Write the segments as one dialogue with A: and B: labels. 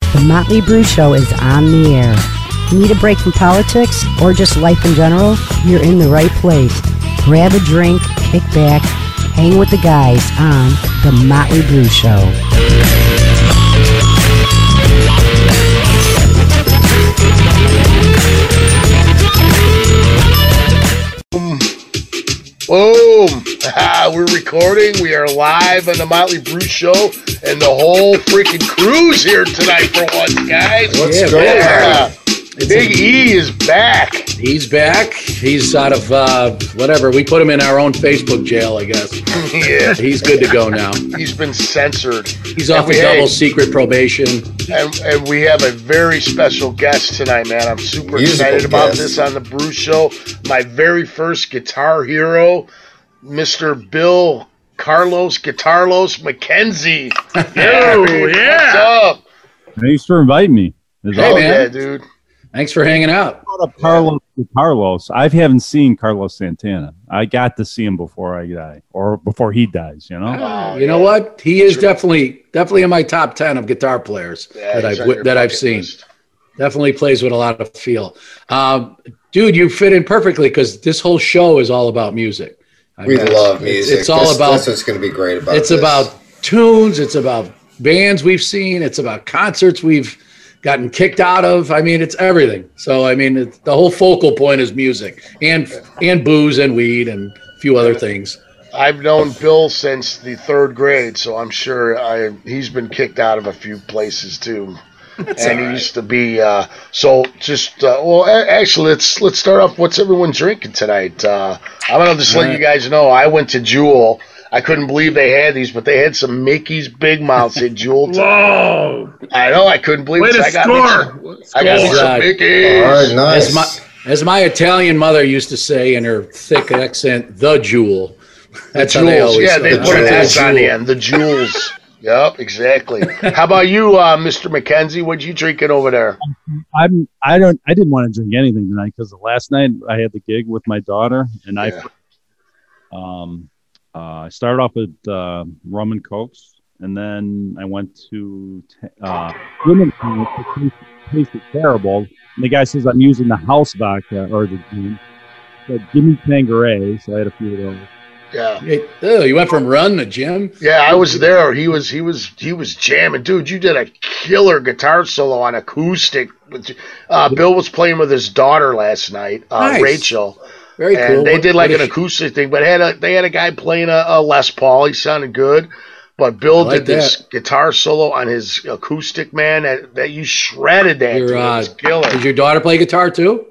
A: The Motley Brew Show is on the air. Need a break from politics or just life in general? You're in the right place. Grab a drink, kick back, hang with the guys on The Motley Brew Show.
B: Boom! Ah, We're recording. We are live on the Motley Brew Show, and the whole freaking crew's here tonight for once, guys.
C: What's going on?
B: Big E is back.
C: He's back. He's out of uh, whatever. We put him in our own Facebook jail, I guess.
B: yeah,
C: He's good to go now.
B: he's been censored,
C: He's off
B: Hey.
C: a double secret probation.
B: and, and we have a very special guest tonight, man. I'm super
D: Musical
B: excited about
D: guest.
B: this on the Brew Show. My very first guitar hero, Mr. Bill Carlos Guitarlos McKenzie. Yo, yeah. What's up?
E: Thanks for inviting me. As
C: Hey,
B: oh,
C: man.
B: yeah, dude.
C: Thanks for hanging out.
E: all about Carlos, Carlos, I haven't seen Carlos Santana. I got to see him before I die, or before he dies. You know,
C: Ah, you know what? He is definitely definitely in my top ten of guitar players
B: Yeah,
C: that
B: he's on
C: I've wi-
B: your
C: that I've
B: bucket
C: seen.
B: list.
C: Definitely plays with a lot of feel. Um, dude, you fit in perfectly because this whole show is all about music. I
D: We
C: mean, it's- it's-
D: love music.
C: It's, all
D: That's-
C: about
D: That's what's going to be great about.
C: it's
D: this.
C: about tunes it's about bands we've seen it's about concerts we've gotten kicked out of i mean it's everything so i mean it's, the whole focal point is music and and booze and weed and a few other things
B: I've known Bill since the third grade, so I'm sure I, he's been kicked out of a few places too. and he used to be uh, so. Just uh, well, a- actually, let's let's start off. What's everyone drinking tonight? Uh, I'm gonna just let you guys know. I went to Jewel. I couldn't believe they had these, but they had some Mickey's Big Mouths at Jewel. tonight.
F: Whoa!
B: I know I couldn't believe
F: Way
B: it. so
F: to
B: I got me
F: score!
B: some- I got me
C: Yes,
B: some
C: uh,
B: Mickey's.
D: All right,
C: as
D: nice.
C: my as my italian mother used to say in her thick accent the jewel that's how they
B: Jewels,
C: always
B: yeah, they
C: the
B: put an
C: jewel.
B: S on the end. The jewels. yep, exactly. How about you, uh, Mr. McKenzie? What you drinking over there?
E: I'm. I don't. I didn't want to drink anything tonight because last night I had the gig with my daughter, and
B: Yeah.
E: I, um, uh, I started off with uh, rum and cokes, and then I went to t- uh, women's clinic. It tasted- tasted terrible. And the guy says I'm using the house vodka or the gin. Said, give me Tanqueray. So I had a few of those.
B: Yeah,
C: Hey, ew, oh, you went from run to gym
B: yeah, I was there. He was, he was, he was jamming, dude. You did a killer guitar solo on acoustic. with- Uh, Bill was playing with his daughter last night, uh,
C: Nice.
B: Rachel,
C: very
B: and
C: cool
B: they
C: What-
B: did like
C: what
B: an
C: is-
B: acoustic thing. But had a, they had a guy playing a, a Les Paul. He sounded good. But Bill
C: I like
B: did this guitar solo on his acoustic, man. That, that you shredded that.
C: Your,
B: dude. It was
C: uh,
B: killer.
C: did your daughter play guitar too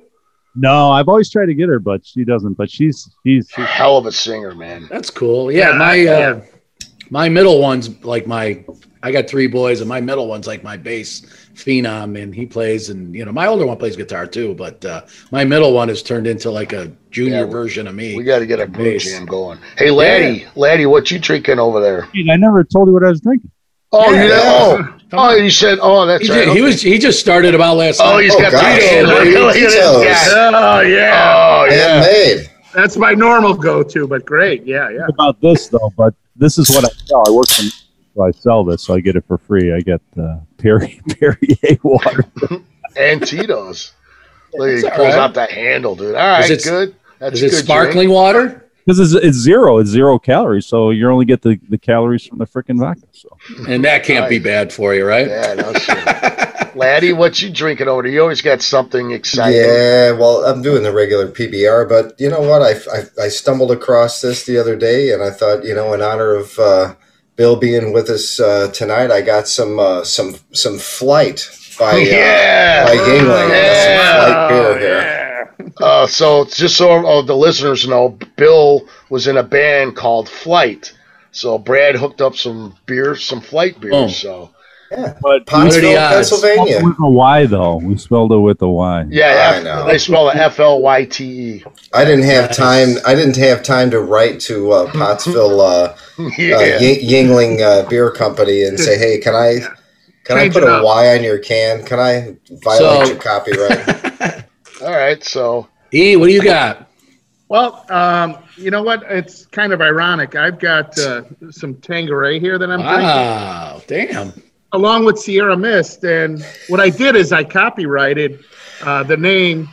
E: No, I've always tried to get her, but she doesn't. But she's she's she's
B: hell of a singer, man.
C: That's cool. Yeah, my uh, my middle one's like my I got three boys, and my middle one's like my bass phenom, and he plays, and you know my older one plays guitar too, but uh, my middle one has turned into like a junior
B: Yeah, we-
C: version of me.
B: We got to get a brew
C: Bass.
B: jam going. Hey, Laddie, Laddie, what you drinking over there?
E: Dude, I never told you what I was drinking.
B: Oh,
C: Yeah.
B: you know, oh, oh, you said, oh, that's
C: he,
B: right.
C: did- he was he just started about last
B: oh,
C: night.
B: he's
D: Oh,
B: got
D: gosh.
B: potatoes.
D: Oh,
B: Look at this
D: potatoes.
B: guy.
F: Oh yeah,
B: Oh, yeah.
D: Handmade.
F: that's my normal go-to, but great. Yeah, yeah.
E: about this though, but this is what I sell. I work for, so I sell this, so I get it for free. I get uh, Perrier Perrier water.
B: And Tito's. Look, he
C: It's all
B: pulls
C: right.
B: out that handle, dude. All right,
C: it-
B: good. That's
C: Is it
B: good
C: sparkling water?
E: Because it's, it's zero, it's zero calories, so you only get the, the calories from the freaking vodka. So
C: And that can't be bad for you, right?
B: Drink. Yeah, no shit. Laddie, what you drinking over there? You always got something exciting.
D: Yeah, well, I'm doing the regular PBR, but you know what? I, I, I stumbled across this the other day, and I thought, you know, in honor of uh, Bill being with us uh, tonight, I got some uh, some some flight by uh,
B: Yeah.
D: by Yingling. I got some flight beer here.
B: Uh, so just so all the listeners know, Bill was in a band called Flight. So Brad hooked up some beer, some Flight beer.
C: Oh.
B: So
E: but
D: Pottsville,
C: What are the odds?
E: spelled
D: Pennsylvania.
E: it with a Y though. We spelled it with a Y.
B: yeah,
D: I
B: F-
D: know.
B: they spell it F L Y T E.
D: I didn't have time. I didn't have time to write to uh, Pottsville uh,
B: Yeah,
D: uh, Ying- Yingling uh, Beer Company and say, "Hey, can I can
F: Change
D: I put
F: it
D: a
F: up.
D: Y on your can? Can I violate
C: So-
D: your copyright?"
B: all right. So
C: E, what do you got?
F: Well, um, you know what? It's kind of ironic. I've got uh, some Tangeray here that I'm drinking.
C: Wow, damn.
F: along with Sierra Mist. And what I did is I copyrighted uh, the name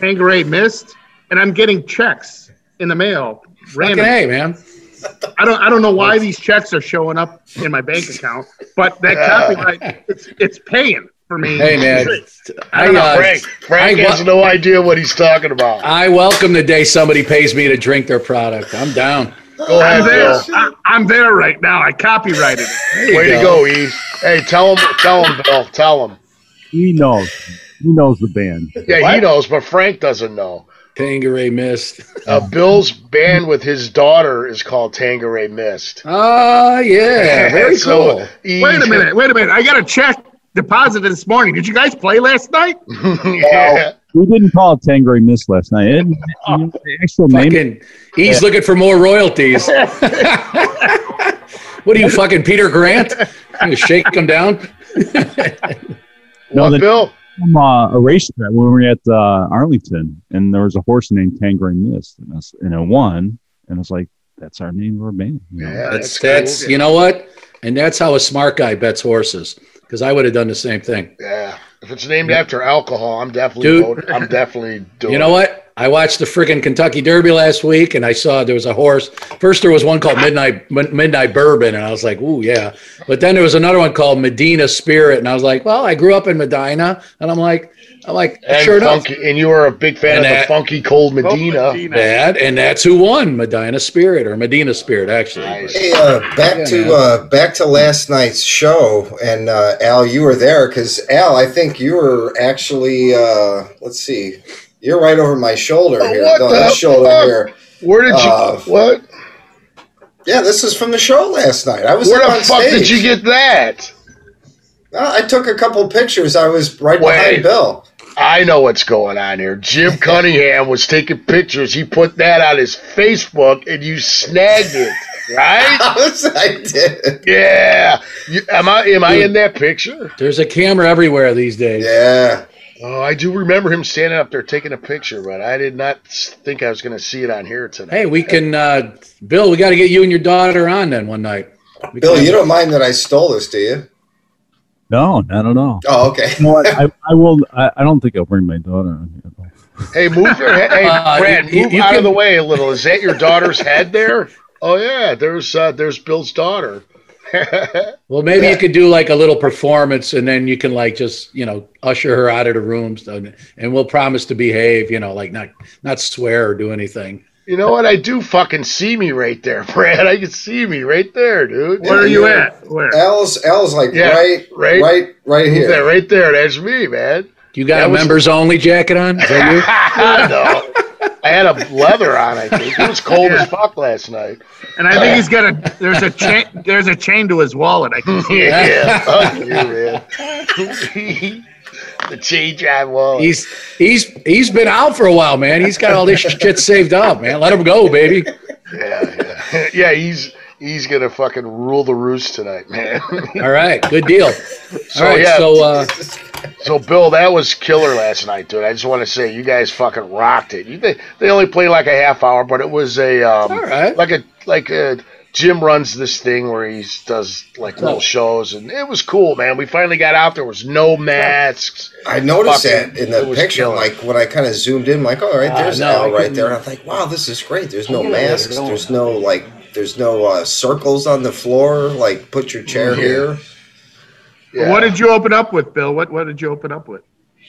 F: Tangeray Mist, and I'm getting checks in the mail.
C: Fucking
F: Random.
C: hey, man.
F: I don't I don't know why these checks are showing up in my bank account, but that copyright it's, it's paying for me.
C: Hey, man. I, uh,
B: Frank, Frank
C: I-
B: has no idea what he's talking about.
C: I welcome the day somebody pays me to drink their product. I'm down.
B: Go
F: I'm
B: ahead,
F: there.
B: Bill.
F: I, I'm there right now. I copyrighted it.
C: There you
B: Way to go, E. Hey, tell him, tell him, Bill, tell him.
E: He knows. He knows the band.
B: Yeah, he knows, but Frank doesn't know.
C: Tangeray mist.
B: Uh, Bill's band with his daughter is called Tangeray Mist.
C: Oh, yeah. Very
B: So,
C: cool.
B: E-
F: Wait a minute. Wait a minute. I got a check deposited this morning. Did you guys play last night?
B: yeah.
E: We didn't call it Tangray Miss last night. It, the actual name.
C: Fucking, he's looking for more royalties. what are you, fucking Peter Grant? I'm gonna shake him down.
E: No,
B: What,
E: the
B: Bill?
E: name uh, erased that when we were at uh, Arlington, and there was a horse named Tangray Miss, and, us- and it won. And it's like, that's our name of our band. you know?
B: Yeah, that's,
C: That's, that's
B: cool.
C: you know what? And that's how a smart guy bets horses. Because I would have done the same thing.
B: Yeah. If it's named after alcohol, I'm definitely
C: Dude.
B: voting- I'm definitely doing
C: You know what? I watched the freaking Kentucky Derby last week, and I saw there was a horse. First, there was one called Midnight Min- Midnight Bourbon, and I was like, "Ooh, yeah." But then there was another one called Medina Spirit, and I was like, "Well, I grew up in Medina," and I'm like, "I'm like,
B: And
C: sure enough,
B: funky, and you were a big fan
C: And
B: of
C: that-
B: the funky cold Medina.
C: That and that's who won Medina Spirit or Medina Spirit actually.
B: Nice.
D: Hey, uh, back
C: Yeah, man.
D: to uh, back to last night's show, and uh, Al, you were there because Al, I think you were actually. Uh, let's see, you're right over my shoulder
B: Oh,
D: here,
B: what
D: no,
B: the
D: this shoulder
B: fuck?
D: here.
B: Where did you?
D: Uh,
B: what?
D: Yeah, this is from the show last night. I was
B: Where
D: up
B: the
D: on
B: fuck
D: stage.
B: did you get that?
D: Uh, I took a couple pictures. I was right
B: Wait.
D: behind Bill.
B: I know what's going on here. Jim Cunningham was taking pictures. He put that on his Facebook, and you snagged it, right?
D: I was- I did.
B: Yeah. You, am I? Am I in that picture?
C: There's a camera everywhere these days.
D: Yeah.
B: Oh, I do remember him standing up there taking a picture, but I did not s- think I was going to see it on here tonight.
C: Hey, we can uh Bill, we got to get you and your daughter on then one night. We
D: Bill,
C: can-
D: you don't mind that I stole this, do you?
E: No, not at all.
D: Oh, okay.
E: You know what? I, I will. I, I don't think I'll bring my daughter on here. Though.
B: Hey, move your head. Hey,
C: Uh,
B: Brad,
C: you-
B: move
C: you
B: out
C: can-
B: of the way a little. Is that your daughter's head there? Oh yeah, there's uh, there's Bill's daughter.
C: Well, maybe you could do like a little performance and then you can like just, you know, usher her out of the rooms and, and we'll promise to behave, you know, like not not swear or do anything.
B: You know what? I do fucking see me right there, Brad. I can see me right there, dude.
F: Where are you at? Where?
D: Al's Al's like
B: Yeah,
D: right,
B: right-
D: right, right, right
B: Move that
D: here.
B: right there. That's me, man.
C: You got
B: That
C: a
B: was-
C: members only jacket on? Is that you?
B: no. I had a leather on. I think it was cold as fuck last night.
F: And I think he's got a there's a chain there's a chain to his wallet. I can see.
B: Yeah, fuck you, man. the change I won.
C: He's he's he's been out for a while, man. He's got all this shit saved up, man. Let him go, baby.
B: yeah, yeah. yeah, he's he's gonna fucking rule the roost tonight, man.
C: All right, good deal.
B: So,
C: All right,
B: yeah.
C: so uh,
B: So, Bill, that was killer last night, dude. I just want to say you guys fucking rocked it. You, they, they only played like a half hour, but it was a um,
C: All right.
B: like a like a Jim runs this thing where he does like little shows, and it was cool, man. We finally got out. There was no masks.
D: I noticed
B: Fucking-
D: that in
B: it
D: the
B: was
D: picture.
B: killer.
D: Like when I kind of zoomed in, like, all right,
C: Ah,
D: there's
C: no, I
D: Al right
C: couldn't-
D: there. And I'm like, wow, this is great. There's no
C: Yeah, they're
D: masks.
C: going
D: There's no like, there's no uh, circles on the floor. Like, put your chair here.
B: Yeah.
F: What did you open up with, Bill? What what did you open up with?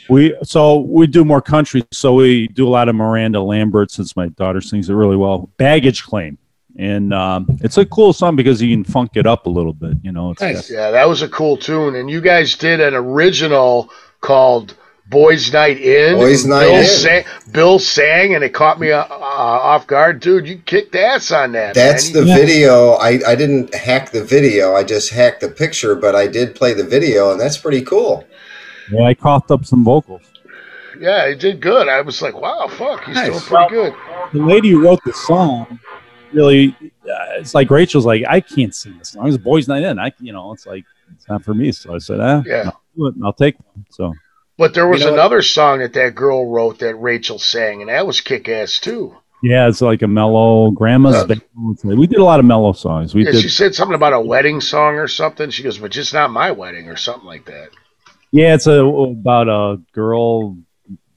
E: We so we do more country, so we do a lot of Miranda Lambert since my daughter sings it really well. Baggage claim, and um, it's a cool song because you can funk it up a little bit. You know, it's
C: Nice.
B: Yeah, that was a cool tune, and you guys did an original called "Boys Night In."
D: Boys
B: and
D: Night
B: Bill
D: In.
B: Sang, Bill sang, and it caught me uh, uh, off guard, dude. You kicked ass on that.
D: That's
B: man.
D: the video. I, I didn't hack the video. I just hacked the picture, but I did play the video, and that's pretty cool.
E: yeah, I coughed up some vocals.
B: Yeah, he did good. I was like, wow, fuck, he's
C: Nice.
B: doing pretty good.
E: The lady who wrote the song really, uh, it's like Rachel's like, I can't sing this song. It's boys' night in. I, you know, it's like it's not for me. So I said, ah,
B: Yeah.
E: I'll, do it and I'll take one. So
B: But there was
C: You know what?
B: another song that that girl wrote that Rachel sang, and that was kick ass too.
E: Yeah, it's like a mellow grandma's.
B: Yeah.
E: Bagel. We did a lot of mellow songs. We
B: Yeah,
E: did.
B: she said something about a wedding song or something. She goes, but just not my wedding or something like that.
E: Yeah, it's a, about a girl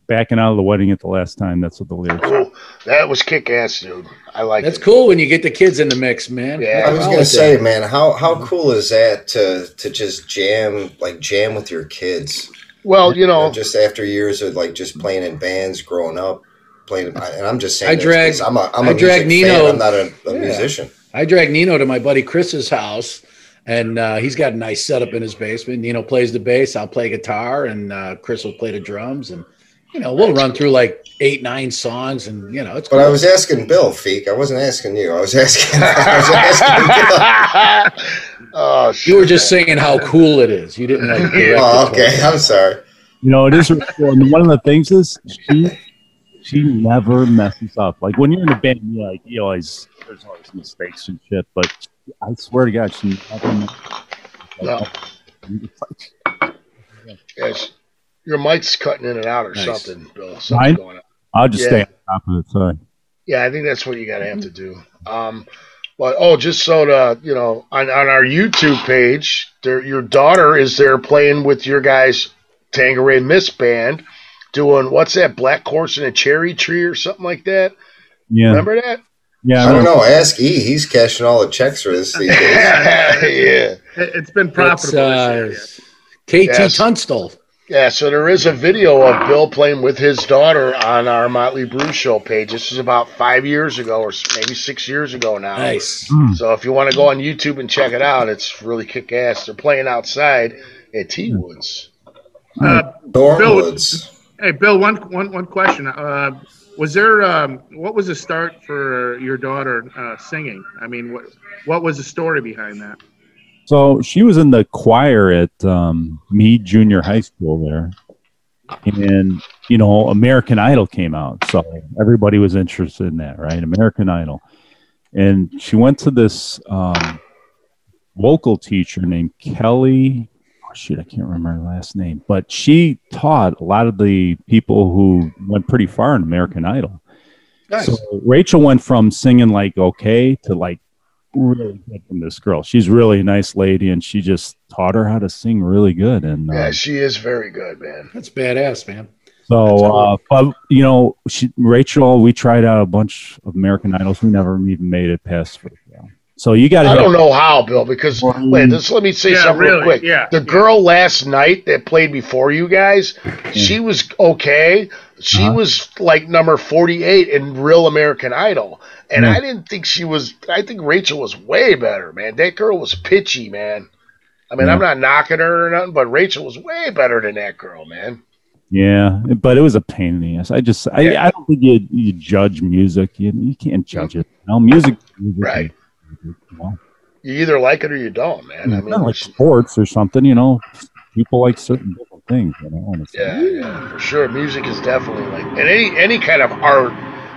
E: backing out of the wedding at the last time. That's what the lyrics.
B: Cool. That was kick ass, dude. I like
C: That's
B: it.
C: cool when you get the kids in the mix, man.
B: Yeah.
D: I was
C: Wow,
D: gonna
C: that-
D: say, man, how how cool is that to to just jam like jam with your kids?
B: Well, you know,
D: just after years of like just playing in bands, growing up, playing. And I'm just saying,
C: I
D: this 'cause
C: dragged-
D: I'm a I'm
C: I
D: a
C: dragged
D: music fan.
C: Nino-
D: I'm not a, a
C: Yeah.
D: musician.
C: I dragged Nino to my buddy Chris's house, and uh, he's got a nice setup in his basement. Nino plays the bass, I'll play guitar, and uh, Chris will play the drums. And, you know, we'll run through like eight, nine songs, and, you know, it's
D: But I was asking Bill Feek. I wasn't asking you. I was asking. I was asking Bill.
B: oh, shit.
C: You were just saying how cool it is. You didn't like. direct
D: Oh,
C: it towards-
D: okay. I'm sorry.
E: You know, it is really cool. And one of the things is she she never messes up. Like when you're in a band, you like you always there's always mistakes and shit. But I swear to God, she never. messes
B: No.
E: up.
B: Yes. Your mic's cutting in and out or
C: Nice.
B: something, Bill.
E: Mine?
B: Something going on.
E: I'll just
B: Yeah.
E: stay on top of it. Sorry.
B: Yeah, I think that's what you gotta have to do. Um, but oh, just so to you know, on, on our YouTube page, there, your daughter is there playing with your guys' Tangeray Miss band, doing what's that? Black horse and a cherry tree or something like that.
E: Yeah.
B: Remember that?
E: Yeah.
D: I don't know. Ask E. He's cashing all the checks for this these days.
B: yeah.
F: It, has been
C: It's,
F: profitable.
C: uh,
F: this
C: KT
B: Yes.
C: Tunstall.
B: Yeah, so there is a video of Bill playing with his daughter on our Motley Brew Show page. This is about five years ago, or s- maybe six years ago now.
C: Nice.
E: Mm.
B: So if you want to go on YouTube and check it out, it's really kick ass. They're playing outside at T Woods.
F: year. Uh,
D: Thornwoods.
F: Hey, Bill, one, one, one question. Uh, was there, um, what was the start for your daughter uh, singing? I mean, what, what was the story behind that?
E: So she was in the choir at um, Mead Junior High School there, and you know American Idol came out, so everybody was interested in that, right? American Idol, and she went to this um, vocal teacher named Kelly. Oh, shoot, I can't remember her last name, but she taught a lot of the people who went pretty far in American Idol.
C: Nice.
E: So Rachel went from singing like okay to like really good from this girl. She's really a nice lady, and she just taught her how to sing really good. And uh,
B: Yeah, she is very good, man.
C: That's badass, man.
E: so, uh, but, you know, she, Rachel, we tried out a bunch of American Idols. We never even made it past first round. So you got
B: I
E: to
B: don't know how, Bill, because wait, just let me say
F: Yeah,
B: something real
F: really,
B: quick.
F: yeah,
B: the
F: yeah.
B: girl last night that played before you guys, she was okay. She
E: Uh-huh.
B: was like number forty-eight in Real American Idol, and
E: Yeah.
B: I didn't think she was. I think Rachel was way better, man. That girl was pitchy, man. I mean,
E: Yeah.
B: I'm not knocking her or nothing, but Rachel was way better than that girl, man.
E: yeah, but it was a pain in the ass. I just I,
B: Yeah.
E: I don't think you you judge music. You, you can't judge it. No music, music
B: Right.
E: Well,
B: You either like it or you don't, man. I
E: Mm. It's
B: mean,
E: not like
B: it's-
E: sports or something, you know. People like certain different things, you know. and it's like,
B: Yeah, yeah, for sure. Music is definitely like, and any any kind of art,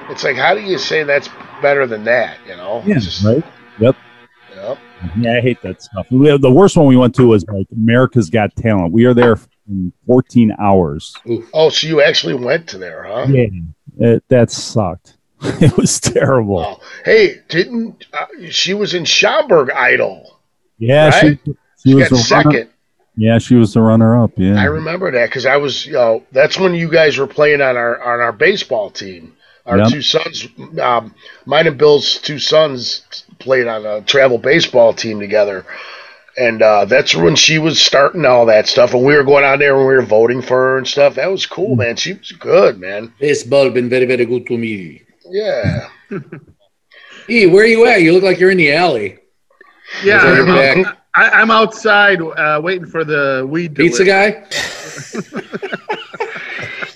B: it's like, how do you say that's better than that? You know?
E: yeah,
B: It's just-
E: right.
B: Yep.
E: Yeah, I hate that stuff. We have- the worst one we went to was like America's Got Talent. We are there for 14 hours.
B: Oh, so you actually went to there, huh?
E: Yeah, it, that sucked. it was terrible.
B: Wow. Hey, didn't uh, she was in Schaumburg Idol?
E: Yeah,
B: Right?
E: she, she,
B: She got
E: was the Runner,
B: second.
E: yeah, she was the runner-up. Yeah,
C: Mm-hmm.
B: I remember that because I was, you know, that's when you guys were playing on our on our baseball team. Our
E: Yeah.
B: two sons, um, mine and Bill's two sons, played on a travel baseball team together, and uh, that's when she was starting all that stuff. And we were going out there and we were voting for her and stuff. That was
C: Mm.
B: cool, man. She was good, man.
C: Baseball been very, very good to me.
B: Yeah.
C: E, where are you at? You look like you're in the alley.
F: Yeah,
C: Is
F: I'm,
C: there
F: out- I, I'm outside uh, waiting for the weed
C: Pizza
F: delivery.
C: guy?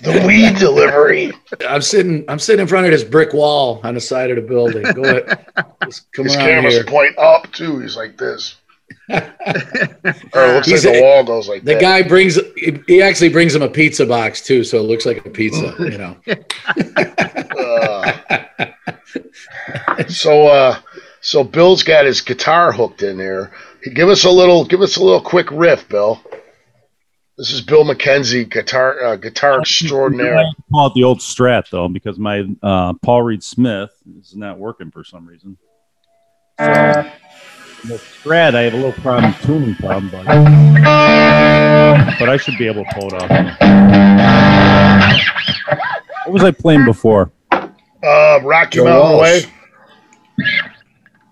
B: The weed delivery.
C: I'm sitting. I'm sitting in front of this brick wall on the side of the building. Go ahead. Just come
B: His
C: around
B: cameras
C: here.
B: point up too. He's like this. Or it looks
C: He's
B: like
C: a-
B: the wall goes like
C: The
B: that.
C: guy brings. he- He actually brings him a pizza box too, so it looks like a pizza. You know.
B: Uh, so uh so Bill's got his guitar hooked in there. Give us a little give us a little quick riff, Bill. This is Bill McKenzie, guitar uh, guitar extraordinaire.
E: I call it the old Strat though, because my uh, Paul Reed Smith is not working for some reason. So, the Strat, I have a little problem tuning problem, but but I should be able to pull it off. What was I playing before?
B: Uh, Rocky
D: Joe
B: Mountain Way.
D: Walsh.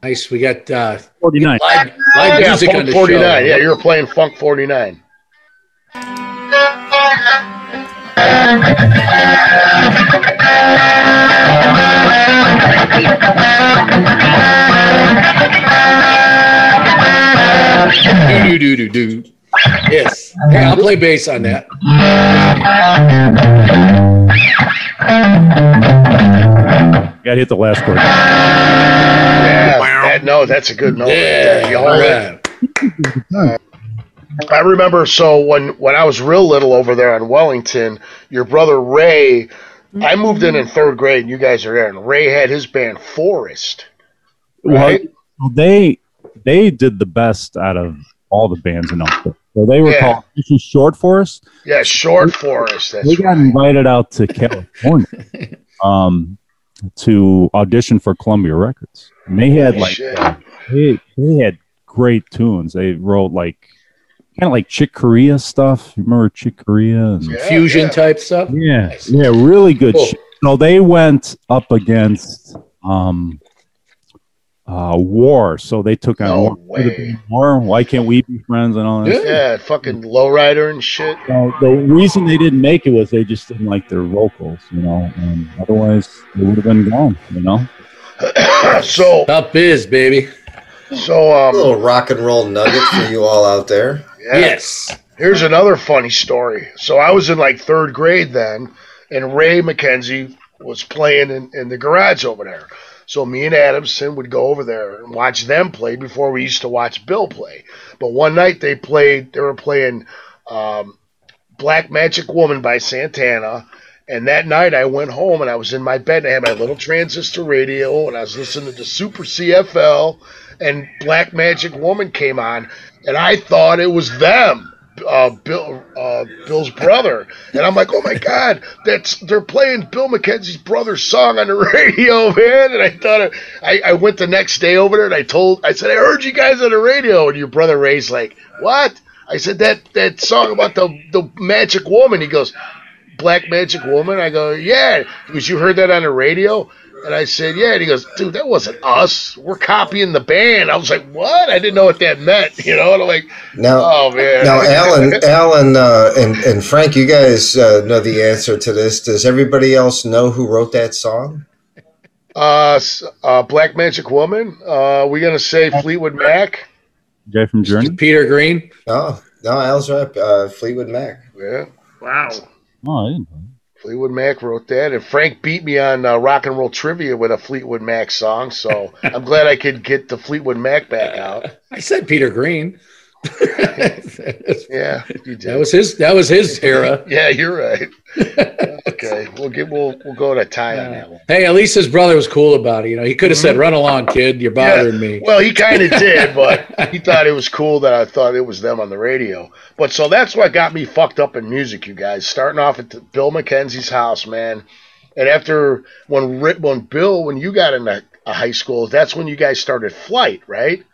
C: Nice. We got uh,
E: Forty nine.
C: live, live
B: Yeah,
C: music on
B: Funk
C: the
B: 49.
C: show.
B: Yeah, you're playing Funk 49.
C: Do, do, do, do, do. Yes. Yeah, I'll play bass on that.
E: Got to hit the last chord.
B: Yeah, that- no, that's a good note. right there.
C: Yeah.
B: You
C: All
B: hold it.
C: right.
B: I remember. So when when I was real little over there in Wellington, your brother Ray, I moved in in third grade, and you guys are there. And Ray had his band Forest.
E: Well,
B: Right?
E: they they did the best out of all the bands in Elkhart. So they were
B: Yeah.
E: called this is short for us.
B: Yeah, short Forest. That's
E: They got invited out to California um, to audition for Columbia Records. And they had
B: right.
E: like
B: Shit.
E: they, they had great tunes. They wrote like kind of like Chick Corea stuff. You remember Chick Corea? And-
B: Yeah,
C: Fusion
B: yeah.
C: type stuff.
E: yeah,
C: Nice.
E: yeah, really good.
C: Cool.
E: shit. So they went up against um, uh, War, so they took on
B: No
E: War. Could it be
B: way.
E: War. Why can't we be friends and all that?
C: Yeah.
B: Yeah, fucking lowrider and shit.
E: So the reason they didn't make it was they just didn't like their vocals, you know. And otherwise, they would have been gone, you know.
B: so
C: Up biz, baby.
B: so
D: A
B: um
D: little rock and roll nugget for you all out there.
B: yeah.
C: Yes.
B: Here's another funny story. So I was in like third grade then, and Ray McKenzie was playing in, in the garage over there. So me and Adamson would go over there and watch them play before we used to watch Bill play. But one night they played, they were playing um, Black Magic Woman by Santana. And that night I went home and I was in my bed and I had my little transistor radio and I was listening to Super CFL and Black Magic Woman came on and I thought it was them. Uh, Bill, uh, Bill's brother, and I'm like, oh my god, that's they're playing Bill McKenzie's brother's song on the radio, man. And I thought, it, I, I went the next day over there and I told, I said, I heard you guys on the radio, and your brother Ray's like, what? I said that that song about the the magic woman. He goes, Black Magic Woman? I go, yeah. He goes, you heard that on the radio? And I said, yeah. And he goes, dude, that wasn't us. We're copying the band. I was like, what? I didn't know what that meant, you know? And I'm like,
D: Now,
B: oh, man.
D: now, Alan, Alan, uh, and and Frank, you guys uh, know the answer to this. Does everybody else know who wrote that song?
B: Uh, s- uh, Black Magic Woman? Uh, we going to say Fleetwood Mac?
E: Guy from Journey.
C: Peter Green.
D: No, Oh, no, Al's right. Uh, Fleetwood Mac.
B: Yeah.
F: Wow.
E: Oh, I didn't.
B: Fleetwood Mac wrote that, and Frank beat me on uh, rock and roll trivia with a Fleetwood Mac song. So I'm glad I could get the Fleetwood Mac back out.
C: I said Peter Green. that
B: Yeah, you did.
C: was his. That was his era.
B: yeah, you're right. okay, we'll get we'll we'll go to tie on that one.
C: Hey, at least his brother was cool about it. You know, he could have
B: Mm-hmm.
C: said, "Run along, kid. You're bothering me."
B: Well, he kind of did, but he thought it was cool that I thought it was them on the radio. But so that's what got me fucked up in music, you guys. Starting off at the, Bill McKenzie's house, man. And after when Ri- when Bill when you got into uh, high school, that's when you guys started Flight, right?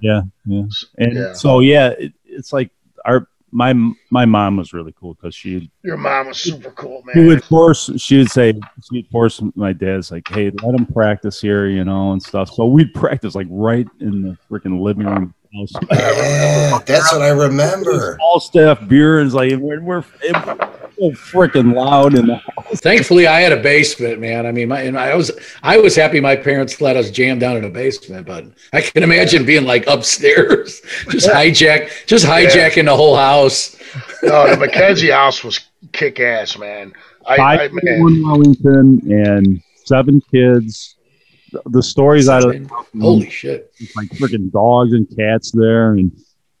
E: Yeah, yeah. And
B: Yeah.
E: so yeah, it, it's like our my my mom was really cool because she
B: Your mom was super cool, man.
E: She would force. She would say. She would force my dad's like, "Hey, let him practice here, you know, and stuff." So we'd practice like right in the freaking living room. House.
D: Yeah, that's what I remember.
E: All staff beer is like we're, we're it was so freaking loud in the house.
C: Thankfully, I had a basement, man. I mean, my and I was I was happy my parents let us jam down in a basement, but I can imagine being like upstairs, just hijack, just hijacking the whole house.
B: no, the McKenzie house was kick ass, man. I, I
E: Five people
B: man,
E: in Wellington and seven kids. The- The stories out of
C: Holy shit!
E: it's like freaking dogs and cats there, and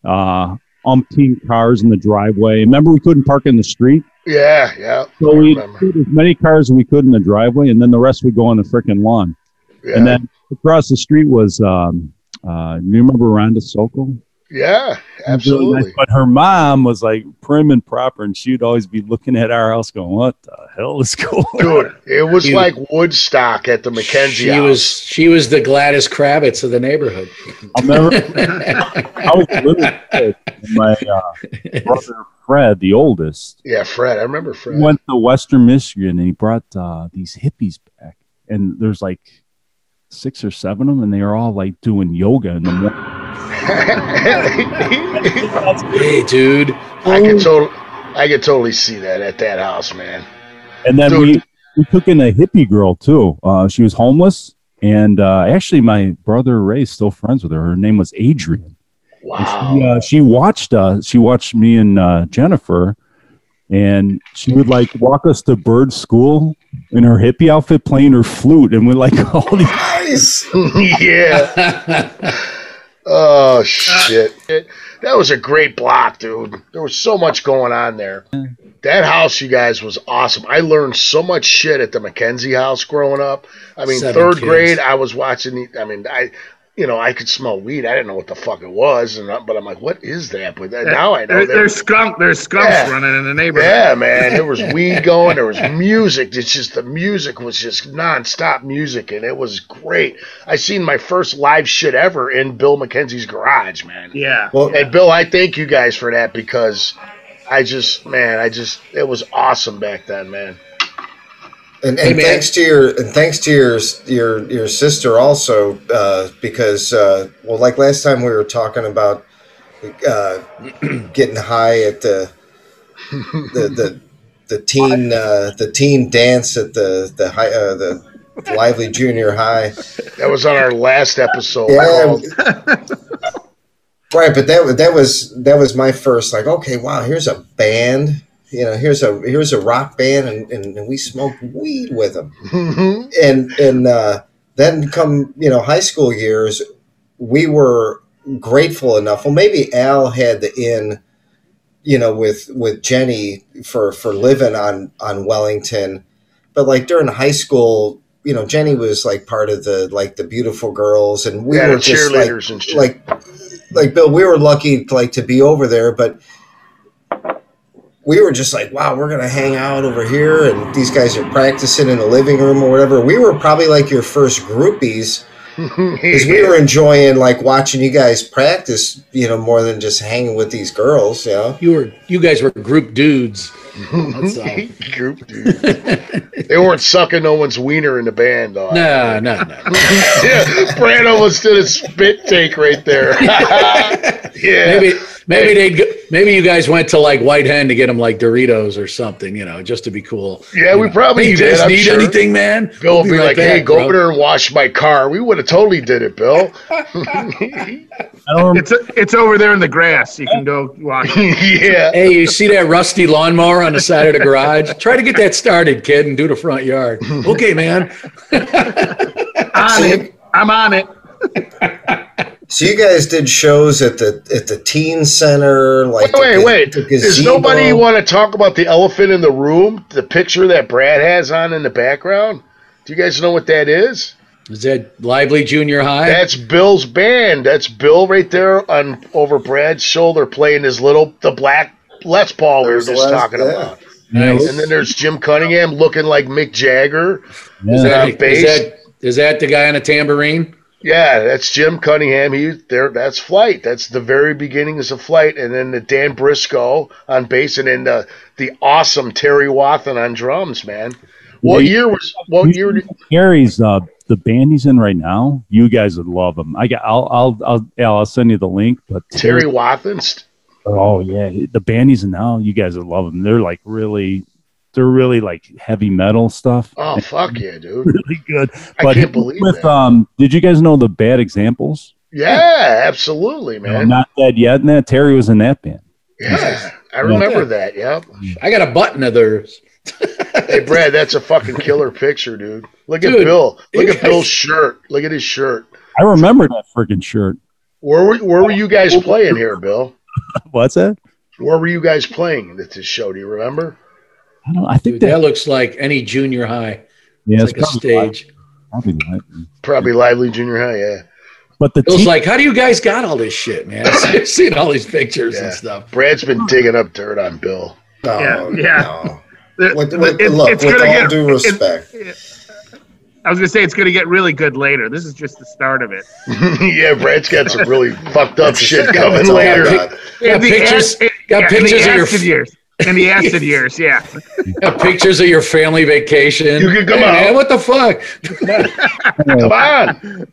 E: uh, umpteen cars in the driveway. Remember, we couldn't park in the street.
B: yeah, yeah.
E: So
B: I
E: we
B: remember.
E: put as many cars as we could in the driveway, and then the rest would go on the freaking lawn.
B: yeah.
E: And then across the street was, um, uh, do you remember Rhonda Sokol?
B: Yeah,
E: It was really nice,
B: absolutely.
E: But her mom was like prim and proper, and she'd always be looking at our house, going, "What the hell is going?" on?
B: Dude, it was
C: He-
B: like Woodstock at the Mackenzie
C: she
B: house.
C: was she was the Gladys Kravitz of the neighborhood.
E: I'll never. I was a little kid. and My uh, brother Fred, the oldest,
B: yeah, Fred. I remember Fred.
E: went to Western Michigan, and he brought uh, these hippies back, and there's like six or seven of them, and they were all like doing yoga in the morning.
B: I
C: hey, dude.
B: could totally, I could totally see that at that house, man.
E: And then
B: Dude.
E: we, we took in a hippie girl too. Uh, she was homeless, and uh, actually, my brother Ray's still friends with her. Her name was Adrian. And
B: Wow.
E: she, uh, she watched us. She watched me and uh, Jennifer, and she would like walk us to Bird School in her hippie outfit, playing her flute, and we like all these.
D: Nice.
B: yeah. Oh shit. It- that was a great block, dude. There was so much going on there. That house, you guys, was awesome. I learned so much shit at the Mackenzie house growing up. I mean,
C: Seven
B: third
C: kids.
B: grade, I was watching. The, I mean, I, you know, I could smell weed. I didn't know what the fuck it was, and I- but I'm like, what is that? But that- now I know.
F: There,
B: They-
F: there's skunk. There's skunks
B: Yeah.
F: running in the neighborhood.
B: yeah, man. There was weed going. There was music. It's just the music was just nonstop music, and it was great. I seen my first live shit ever in Bill McKenzie's garage, man.
F: Yeah.
D: Well,
B: And Bill, I thank you guys for that because I just, man, I just, it was awesome back then, man.
D: And,
C: Hey,
D: and
C: man.
D: thanks to your and thanks to your your your sister also uh, because uh, well like last time we were talking about uh, getting high at the the the, the teen uh, the teen dance at the the high uh, the lively junior high
B: That was on our last episode.
D: yeah
B: called-
D: right but that wa- that was that was my first like okay wow here's a band you know here's a here's a rock band and, and, and we smoked weed with them
B: Mhm.
D: and and uh, then come you know high school years, we were grateful enough. Well, maybe Al had the in, you know, with with Jenny for for living on on Wellington, but like during high school, you know, Jenny was like part of the like the beautiful girls, and we
B: yeah, the
D: were just like
B: cheerleaders and shit.
D: like like Bill, we were lucky like to be over there, but we were just like, wow, we're gonna hang out over here, and these guys are practicing in the living room or whatever. We were probably like your first groupies because we were enjoying like watching you guys practice, you know, more than just hanging with these girls, you know.
C: You were you guys were group dudes. That's all.
B: Group, dude. they weren't sucking no one's wiener in the band, though.
C: No, no, no.
B: yeah, Brad almost did a spit take right there. yeah.
C: Maybe maybe they'd go, maybe you guys went to like White Hen to get them like Doritos or something, you know, just to be cool.
B: Yeah, we probably
C: Hey, you
B: did,
C: guys
B: I'm
C: need
B: sure.
C: anything, man?
B: Bill
C: We'll
B: would be,
C: right
B: like,
C: back,
B: hey, go
C: bro."
B: over there and wash my car. We would have totally did it, Bill.
E: I don't remember.
F: It's it's over there in the grass. You can go watch. it.
B: yeah.
C: Hey, you see that rusty lawnmower on the side of the garage? Try to get that started, kid, and do the front yard. Okay, man.
F: on it. I'm on it.
D: So you guys did shows at the at the teen center, like the
B: Wait,
D: ga-
B: wait.
D: the
B: Does
D: gazebo.
B: nobody want to talk about the elephant in the room? The picture that Brad has on in the background? Do you guys know what that is?
C: Is that Lively Junior High?
B: That's Bill's band. That's Bill right there on over Brad's shoulder playing his little the black Les Paul we were
D: There's the
B: just
D: Les-
B: talking
D: yeah.
B: about.
C: nice.
B: And then there's Jim Cunningham looking like Mick Jagger.
C: Is
E: Yeah.
C: that,
B: uh,
C: is
B: bass.
C: that is that the guy on a tambourine?
B: Yeah, that's Jim Cunningham. He there. That's Flight. That's the very beginnings of Flight, and then the Dan Briscoe on bass, and then the the awesome Terry Wathen on drums. Man, what
E: Yeah.
B: year was what year? Did,
E: Gary's uh, the band he's in right now. You guys would love him. I got. I'll. I'll. I'll. Al, I'll send you the link. But
B: Terry Wathen. st-
E: Oh yeah, the band he's in now. You guys would love them. They're like really. They're really like heavy metal stuff.
B: Oh fuck yeah, dude!
E: Really good.
B: I
E: But
B: can't believe
E: with
B: that.
E: um, did you guys know the Bad Examples?
B: yeah, absolutely,
E: No,
B: man.
E: Not dead yet. And that Terry was in that band.
B: yeah, I remember that. Yep.
C: I got a button of theirs.
B: Hey, Brad, that's a fucking killer picture, dude. Look at
C: Dude,
B: Bill. Look
C: you
B: at Bill's shirt. Look at his shirt.
E: I remember that freaking shirt.
B: Where were where were you guys playing here, Bill?
E: What's that?
B: Where were you guys playing at this show? Do you remember?
E: I don't. I think
C: Dude, that
E: that.
C: looks like any junior high.
E: Yeah,
C: It's
E: it's
C: like a
E: probably-
C: stage.
E: probably right.
B: Probably Lively Junior High, yeah.
E: But the
C: It was
E: tea-
C: like, how do you guys got all this shit, man? I've seen all these pictures
B: Yeah.
C: and stuff.
B: Brad's been digging up dirt on Bill.
D: No,
F: Yeah, yeah.
D: no.
F: There-
D: With,
F: it-
D: with,
F: it-
D: look,
F: it's
D: with all
F: gonna get-
D: due
F: it-
D: respect,
F: I was gonna say it's gonna get really good later. This is just the start of it.
B: yeah, Brad's got some really fucked up
D: It's
B: shit
D: just-
B: coming
D: it's all
B: later.
D: I got.
C: Got
F: And the
C: pictures,
F: ac-
C: got
F: yeah, and
C: pictures
F: the
C: of your
F: acid years. In the acid years, yeah.
C: got pictures of your family vacation.
B: You can come
C: Hey,
B: out.
C: Man, what the fuck?
B: Come on,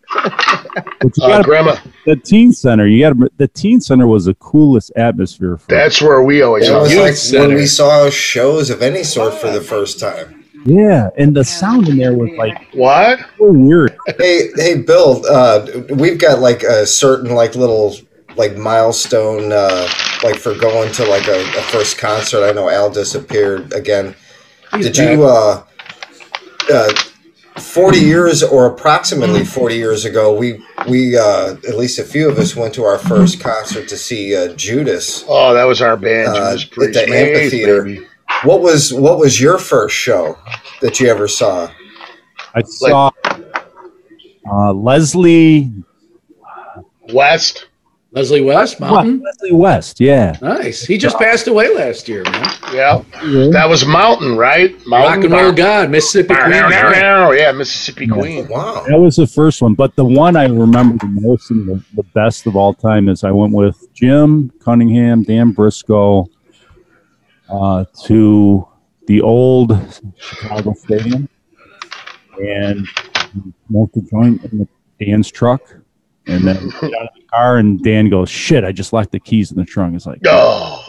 E: but you
B: uh,
E: gotta-
B: Grandma.
E: the teen center. You got the teen center was the coolest atmosphere for
B: That's where we always
D: It
B: are.
D: was
C: Youth
D: like
C: Center.
D: when we saw shows of any sort for the first time.
E: yeah, and the sound in there was like
B: What?
E: so weird.
D: Hey, hey, Bill. Uh, we've got like a certain like little like milestone, uh, like for going to like a, a first concert. I know Al disappeared again.
C: He's
D: Did you? Uh, uh, Forty years, or approximately forty years ago, we we uh, at least a few of us went to our first concert to see uh, Judas.
B: Oh, that was our band.
D: Uh,
B: Judas Priest.
D: at the
B: Hey,
D: amphitheater.
B: baby.
D: What was what was your first show that you ever saw?
E: I saw uh, Leslie
B: West.
C: Leslie West, Mountain.
E: Leslie West. Yeah,
C: Nice. He just passed away last year, man.
B: Yeah, that was Mountain, right?
C: Rock
B: Mountain
C: and roll god, Mississippi
B: Bow,
C: Queen.
B: bow, bow,
C: right?
B: bow. Yeah, Mississippi Queen.
D: Wow.
E: that was the first one. But the one I remember the most and the, the best of all time is I went with Jim Cunningham, Dan Briscoe, uh, to the old Chicago Stadium, and smoked a joint in the Dan's truck. And then we got out of the car, and Dan goes, "Shit! I just locked the keys in the trunk." It's like,
B: Oh,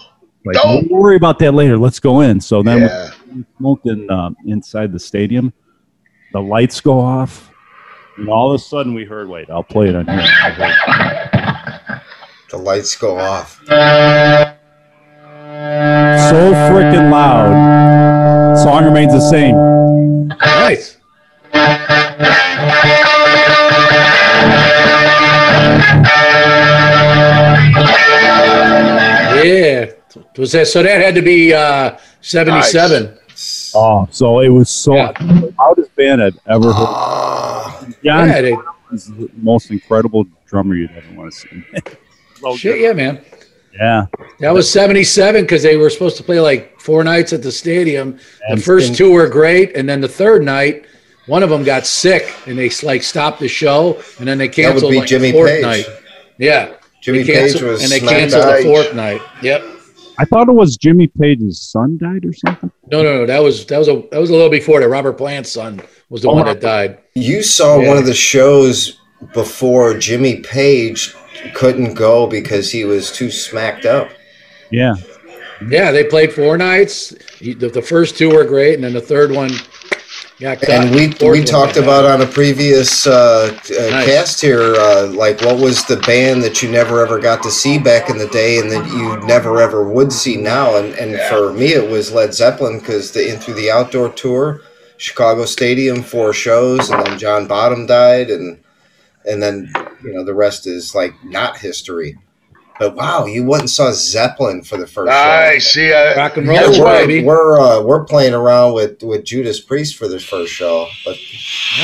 E: like
B: No.
E: don't worry about that later. Let's go in. So then we
B: yeah.
E: smoked in um, inside the stadium. The lights go off, and all of a sudden we heard, "Wait, I'll play it on here."
D: The lights go off.
E: So freaking loud. Song remains the same.
C: Nice. Yeah. Was that so? That had to be uh, seventy-seven.
E: Oh, so it was so
C: Yeah.
E: loudest band I've ever heard.
D: Ah,
E: John
C: Yeah, they-
E: is the most incredible drummer you'd ever want to see. So
C: shit,
E: good.
C: yeah, man.
E: yeah,
C: That was seventy-seven because they were supposed to play like four nights at the stadium. The
E: And-
C: first two were great, and then the third night, one of them got sick, and they like stopped the show, and then they
D: that would
C: canceled
D: be
C: like,
D: Jimmy
C: the fourth
D: Page.
C: night. Yeah,
D: Jimmy
C: They
D: Page
C: canceled-
D: was
C: and they
D: smacked
C: canceled
D: out.
C: the fourth night. Yep.
E: I thought it was Jimmy Page's son died or something.
C: No, no, no. That was that was a that was a little before that. Robert Plant's son was the
E: Oh,
C: one
E: my-
C: that died.
D: You saw
C: Yeah.
D: one of the shows before Jimmy Page couldn't go because he was too smacked up.
E: Yeah,
C: Yeah, they played four nights. He- The, the first two were great, and then the third one got cut.
D: And we
C: The fourth
D: we
C: one
D: talked
C: got
D: about on a previous uh, uh,
C: Nice.
D: cast here, uh, like what was the band that you never ever got to see back in the day, and that you never ever would see now. And and for me, it was Led Zeppelin because the In Through the Outdoor tour, Chicago Stadium, four shows, and then John Bottom died, and and then you know the rest is like not history. But wow, you went and saw Zeppelin for the first show.
B: I see. I,
C: Rock and
D: Yeah,
C: roll,
B: That's
D: we're
B: right.
C: baby.
D: we're, uh, we're playing around with, with Judas Priest for the first show, but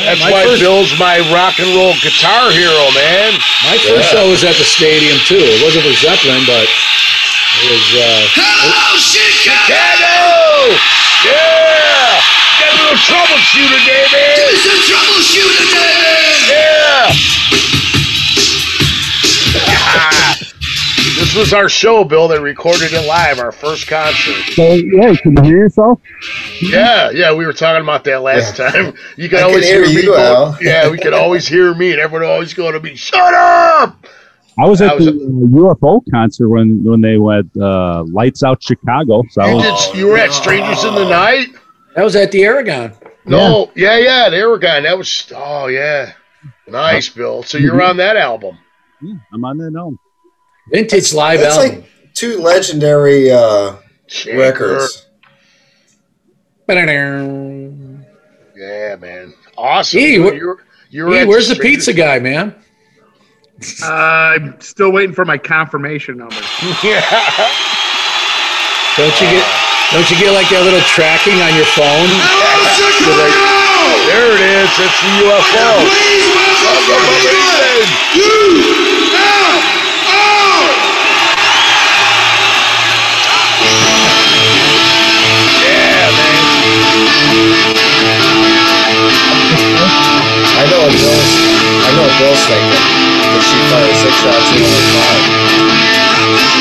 B: That's
C: My
B: why
C: first-
B: Bill's my rock and roll guitar hero, man.
C: My first show was at the stadium too. It wasn't with Zeppelin, but it was. Uh,
B: Chicago! Yeah! Got a little troubleshooter, David!
G: It's a troubleshooter, David!
B: Yeah! Ah. This was our show, Bill. They recorded it live, our first concert.
E: so yeah, can you hear yourself?
B: Yeah, yeah, we were talking about that last time. You can
D: I can
B: always
D: hear
B: me.
D: you,
B: go-
D: Al.
B: Yeah, we could always hear me, and everyone always going to be, shut up!
E: I was
B: I
E: at
B: was
E: the uh, UFO concert when when they went uh, Lights Out Chicago. So I
D: Oh.
B: You,
E: was,
B: did, you were at Strangers in the Night?
C: that was at the Aragon.
B: No, Oh, yeah, yeah, they were gone. That was oh yeah, nice, Bill. So you're on that album.
E: yeah, I'm on that now.
C: Vintage live
D: That's
C: album.
D: like two legendary uh,
B: Shaker.
D: records.
C: Ba-da-dum.
B: Yeah, man, awesome.
C: Hey, wh-
B: you're, you're
C: Hey,
B: at
C: where's the
B: Strangers-
C: pizza guy, man?
F: Uh, I'm still waiting for my confirmation number.
B: yeah,
C: Don't you get don't you get like that little tracking on your phone?
G: Hello, Chicago! UFO!
B: There it is. It's the UFO.
G: Please welcome from the good UFO!
B: Yeah, man.
D: I know what Bill's. I know what Bill's thinking. That she fired six shots in only five.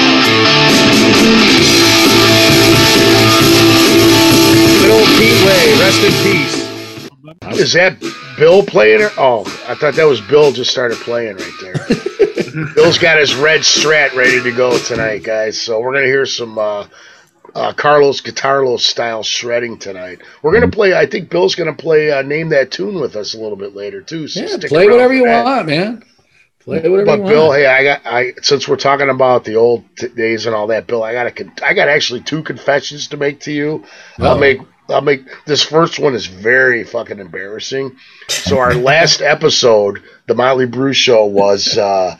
B: Good old Pete Way.
C: Rest in peace.
B: Is that Bill playing or oh I thought that was Bill just started playing right there. Bill's got his red strat ready to go tonight, guys. So we're gonna hear some uh, uh, Carlos Guitarlos style shredding tonight. We're
C: Mm-hmm.
B: gonna play I think Bill's gonna play uh, name that tune with us a little bit later too. So
C: Yeah,
B: stick
C: play
B: around
C: whatever
B: for
C: you
B: that.
C: want, man. Play whatever
B: But
C: you
B: Bill,
C: want.
B: hey, I got I since we're talking about the old t- days and all that, Bill, I got a con- I got actually two confessions to make to you. I'll
C: Uh-oh.
B: make I'll make this first one is very fucking embarrassing. So our last episode, the Motley Brew show was uh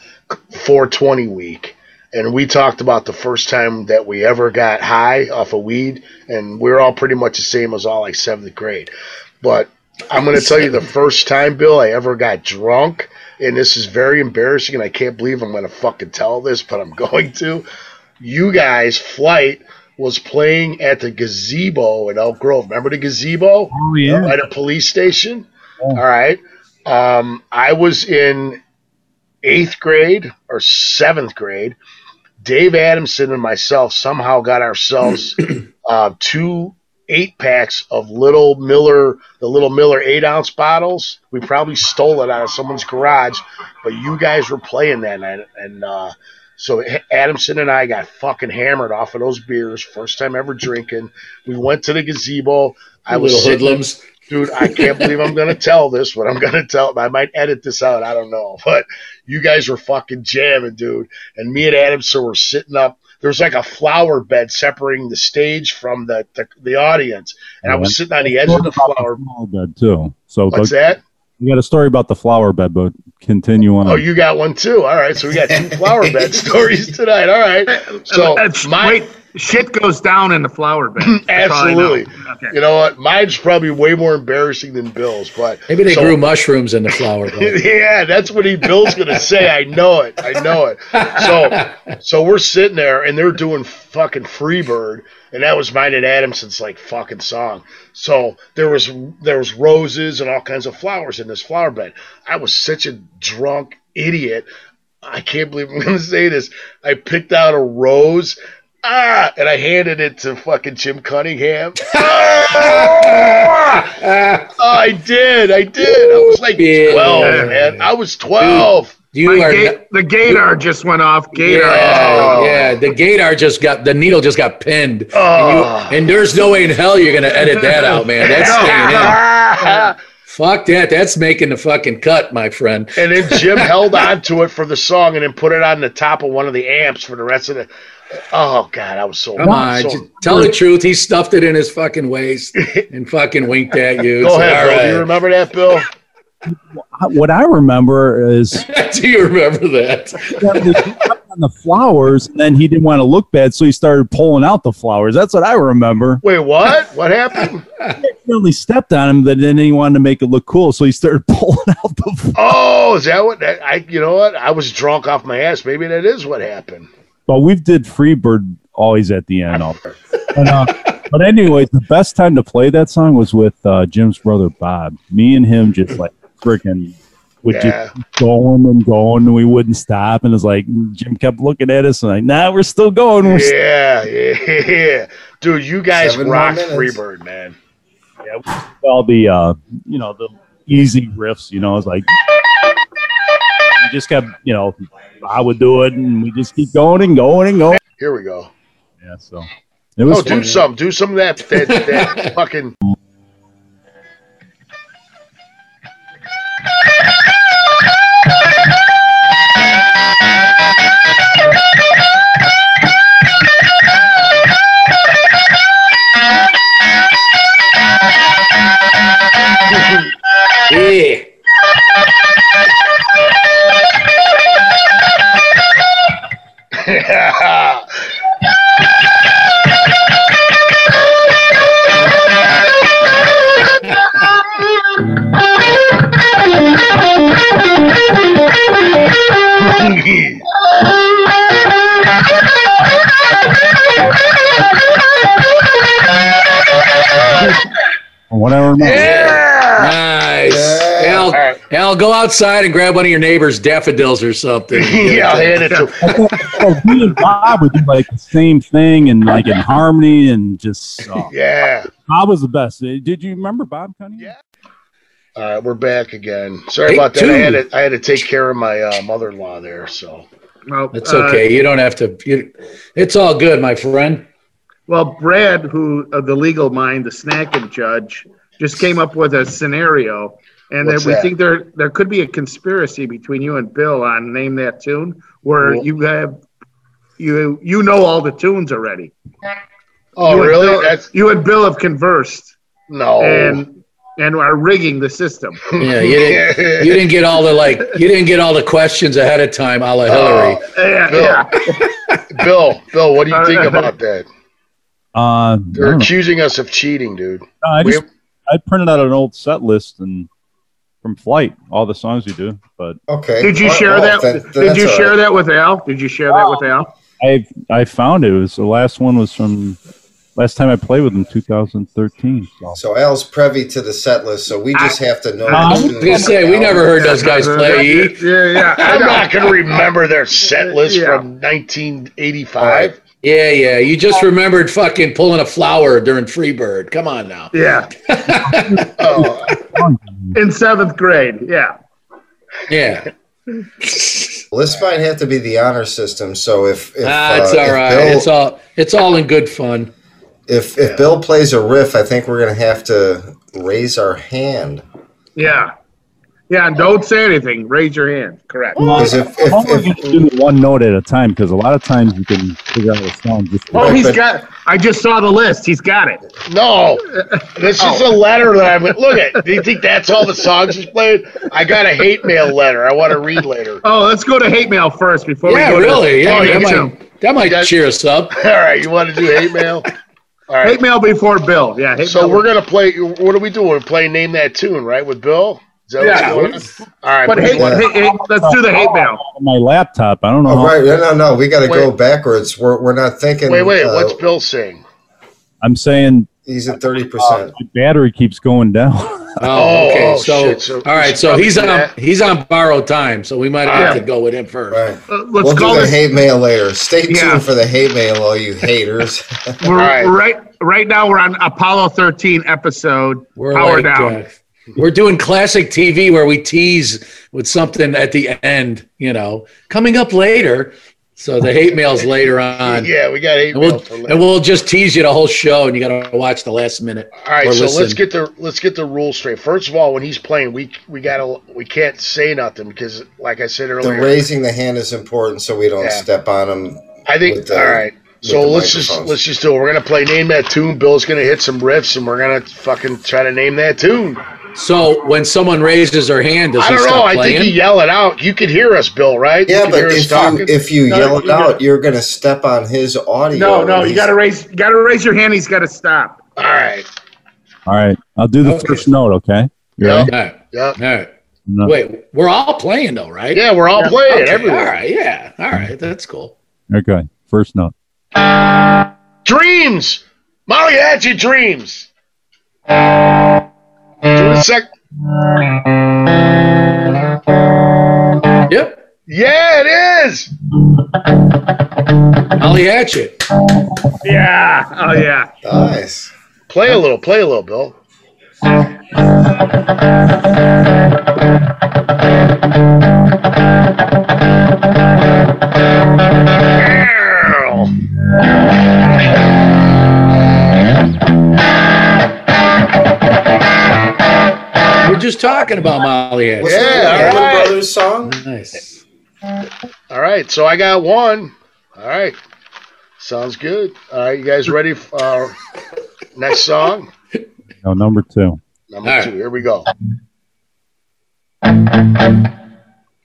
B: 420 week. And we talked about the first time that we ever got high off of weed, and we are all pretty much the same as all like seventh grade. But I'm going to tell you the first time, Bill, I ever got drunk, and this is very embarrassing, and I can't believe I'm going to fucking tell this, but I'm going to. You guys, Flight was playing at the gazebo in Elk Grove. Remember the gazebo?
E: Oh yeah.
B: At a police station. All right. Um, I was in eighth grade or seventh grade. Dave Adamson and myself somehow got ourselves uh, two eight packs of little Miller, the little Miller eight ounce bottles. We probably stole it out of someone's garage, but you guys were playing that night, and uh, so H- Adamson and I got fucking hammered off of those beers. First time ever drinking. We went to the gazebo. I
C: You
B: was
C: little
B: sitting
C: hoodlums.
B: dude i can't believe i'm gonna tell this but i'm gonna tell i might edit this out i don't know but you guys were fucking jamming dude and me and adamson were sitting up there's like a flower bed separating the stage from the the, the audience and i was sitting on the edge of the flower
E: flower bed too. So
B: what's
E: but
B: that
E: you got a story about the flower bed, but continue on.
B: oh you got one too all right so we got two flower bed stories tonight all right so
F: That's-
B: my
F: wait, shit goes down in the flower bed. That's all I know.
B: absolutely
F: Okay.
B: you know what mine's probably way more embarrassing than bill's but
C: Maybe they
B: so-
C: grew mushrooms in the flower bed.
B: yeah, that's what he Bill's gonna say. I know it. I know it. So so we're sitting there and they're doing fucking Freebird, and that was mine and Adamson's like fucking song. So there was there was roses and all kinds of flowers in this flower bed. I was such a drunk idiot. I can't believe I'm gonna say this. I picked out a rose. Ah, and I handed it to fucking Jim Cunningham. Ah! I did. I did. I was like
C: Yeah.
B: 12, man. I was 12.
C: You
F: My
C: are.
F: ga-
C: not-
F: the gator just went off. Gator.
B: Yeah.
C: Yeah, yeah, the gator just got the needle just got pinned,
B: Oh.
C: and, you, and there's no way in hell you're gonna edit that out, man. That's staying in. Fuck that. That's making the fucking cut, my friend.
B: and then Jim held on to it for the song and then put it on the top of one of the amps for the rest of the. Oh, God. I was so.
C: Come on,
B: so-
C: just tell the truth. He stuffed it in his fucking waist and fucking winked at you.
B: Go
C: It's like,
B: ahead, Bill. Do you
C: all
B: remember that, Bill?
E: what I remember is
C: right. Do you remember that?
E: that we cut on the flowers, and then he didn't want to look bad, so he started pulling out the flowers. That's what I remember.
B: Wait, what? What happened?
E: Really stepped on him, but then he wanted to make it look cool, so he started pulling out the. Flowers.
B: Oh, is that what? That, I. You know what? I was drunk off my ass. Maybe that is what happened.
E: But we did Freebird always at the end. all- But, uh, but anyways, the best time to play that song was with uh, Jim's brother Bob. Me and him just like freaking would
B: Yeah.
E: just keep going and going, and we wouldn't stop. And it's like Jim kept looking at us and like, "Nah, we're still going." We're still
B: Yeah. Yeah. Dude, you guys
D: Seven more
B: rocked
D: minutes.
B: Freebird, man.
E: all the uh, you know the easy riffs. You know, it's like we just kept you know I would do it, and we just keep going and going and going.
B: Here we go.
E: Yeah, so it was
B: Oh, do
E: fun.
B: some, do some of that, that, that fucking.
C: Yeah.
B: Yeah.
E: from what I remember.
B: Yeah.
C: Nice.
B: Yeah.
C: Al,
B: All right.
C: Al, go outside and grab one of your neighbor's daffodils or something.
B: yeah, I'll hand it to him.
E: Well, me and Bob would do like the same thing and like in harmony and just. oh.
B: Yeah.
E: Bob was the best. Uh, Did you remember Bob Cunningham?
B: Yeah. All right, we're back again. Sorry
C: Hey,
B: about that. I had
C: dude.
B: to I had to take care of my uh, mother-in-law there. So
F: Well,
C: It's
F: uh,
C: okay. you don't have to. You, it's all good, my friend.
F: Well, Brad, who of the legal mind, the snacking judge, just came up with a scenario, and
B: What's
F: that we
B: that?
F: think there there could be a conspiracy between you and Bill on name that tune, where
B: Well-
F: you have you you know all the tunes already.
B: oh
F: you
B: really?
F: And Bill,
B: That's
F: you and Bill have conversed
B: no.
F: and and are rigging the system.
C: Yeah, you didn't. You didn't get all the like. You didn't get all the questions ahead of time, a
B: Oh.
C: la Hillary.
F: Yeah,
B: Bill.
F: yeah.
B: Bill, Bill, what do you
F: All
B: think
F: right.
B: about that?
E: Uh, I
B: They're
E: don't know.
B: accusing us of cheating, dude.
E: Uh, I
B: We-
E: just I printed out an old set list and from Flight, all the songs you do. But
D: Okay.
F: Did you
D: Well,
F: share
D: well,
F: that?
D: then- then
F: Did
D: that's
F: you
D: all
F: share
D: right.
F: that with Al? Did you share that with Al?
E: I I found it. it was the last one was from last time I played with him, 2013. So.
D: So Al's privy to the set list, so we just have to know.
E: I
C: I
E: was
C: was
D: who's
C: gonna say we
D: Al.
C: never heard those guys play. E.
F: Yeah, yeah. I
B: I'm
F: know. Uh,
B: not going to remember their set list
F: Yeah.
B: from 1985.
C: Yeah, yeah. You just remembered fucking pulling a flower during Freebird. Come on now.
F: Yeah,
B: Oh,
F: in seventh grade. Yeah.
C: Yeah.
D: Well, This might have to be the honor system. So if if,
C: Ah,
D: uh,
C: it's all
D: if
C: right.
D: Bill,
C: it's all it's all in good fun.
D: if, if Bill plays a riff, I think we're gonna have to raise our hand.
F: Yeah. Yeah, and don't say anything. Raise your hand. Correct.
D: Because if, if,
E: I'm only
D: if-
E: gonna do one note at a time because a lot of times you can figure out a song just.
F: Oh,
D: Right,
F: he's
D: but-
F: got. I just saw the list. He's got it.
B: no, this is a letter that I'm. Look at. Do you think that's all the songs he's played? I got a hate mail letter. I want to read later.
F: Oh, let's go to hate mail first before
C: Yeah,
F: we go
C: really.
F: to
C: Yeah,
F: Oh,
C: that
F: you
C: might, that might
B: That-
C: cheer us up.
B: All right, you want to do hate mail? All
F: hate
B: right.
F: mail before Bill. Yeah, hate
B: So
F: mail.
B: we're gonna play. What are we doing? We're playing name that tune, right? With Bill. Is that what's
F: Yeah.
B: going on? All right.
F: But
B: we
F: hate,
B: want-
F: hate, hate- let's do the hate mail.
E: on My laptop. I don't know.
D: oh,
E: how-
D: right, no, no, no, we got to go
B: Wait.
D: backwards. We're, we're not thinking.
B: wait, wait.
D: uh,
B: what's Bill saying?
E: I'm saying
D: He's at thirty percent.
F: Uh,
E: my battery keeps going down.
C: Oh,
B: Oh,
C: okay.
B: oh,
C: so,
B: shit, so
C: all
B: we
C: right.
B: should
C: So
B: probably
C: he's
B: do
C: on
B: that.
C: he's on borrowed time. So we might have
F: Yeah.
C: to go with him first.
D: Right.
F: Uh, let's
D: we'll
F: call
D: do the
F: this
D: hate mail later. Stay
F: Yeah.
D: tuned for the hate mail, all you haters.
F: we're,
B: All
F: right. right. now, we're on Apollo 13 episode.
C: We're
F: Power
C: like,
F: down.
C: uh, we're doing classic TV where we tease with something at the end. You know, coming up later. So the hate mail's later on.
B: Yeah, we got hate
C: And
B: mail
C: we'll,
B: for later.
C: and we'll just tease you the whole show, and you got to watch the last minute.
B: All right,
C: or
B: so let's
C: listen.
B: get the let's get the rules straight. First of all, when he's playing, we we gotta we can't say nothing because, like I said
D: the
B: earlier,
D: raising the hand is important, so we don't
B: Yeah.
D: step on him.
B: I think
D: with the-
B: all right.
D: with
B: So
D: the
B: let's just
D: microphones.
B: let's just do it. We're gonna play name that tune. Bill's gonna hit some riffs, and we're gonna fucking try to name that tune.
C: So when someone raises their hand, does
B: I
C: he
B: don't know.
C: stop
B: I
C: playing?
B: think you yell it out. You could hear us, Bill, right?
D: Yeah,
B: you could
D: but
B: hear us
D: if you
B: talking.
D: if you
F: No,
D: yell it
F: you
D: out,
F: got-
D: you're gonna step on his audio.
F: No, no,
D: and
F: you
D: he's-
F: got to raise. You got to raise your hand. He's got to stop.
B: all right.
E: All right. I'll do the
C: Okay.
E: first note. Okay.
B: Yeah.
C: All right.
B: Yeah.
C: All right.
E: No.
C: Wait, we're all playing though, right?
B: Yeah, we're all playing
C: Okay,
B: everywhere.
C: All right. Yeah. All right. That's cool.
E: Okay. First note.
B: Dreams. Mariachi dreams. Do a sec.
C: Yep.
B: Yeah, it is.
C: Ollie Hatchet.
F: Yeah. Oh yeah.
D: nice.
B: Play a little, play a little, Bill. Girl.
C: We're just talking about Molly
D: Was
C: Hatchet.
B: Yeah,
D: that a
B: all
D: Allman
B: right.
D: Brothers song?
C: Nice.
B: All right, so I got one. All right, sounds good. All right, you guys ready for our next song?
E: No, number two.
B: Number
C: All right.
B: two, here we go.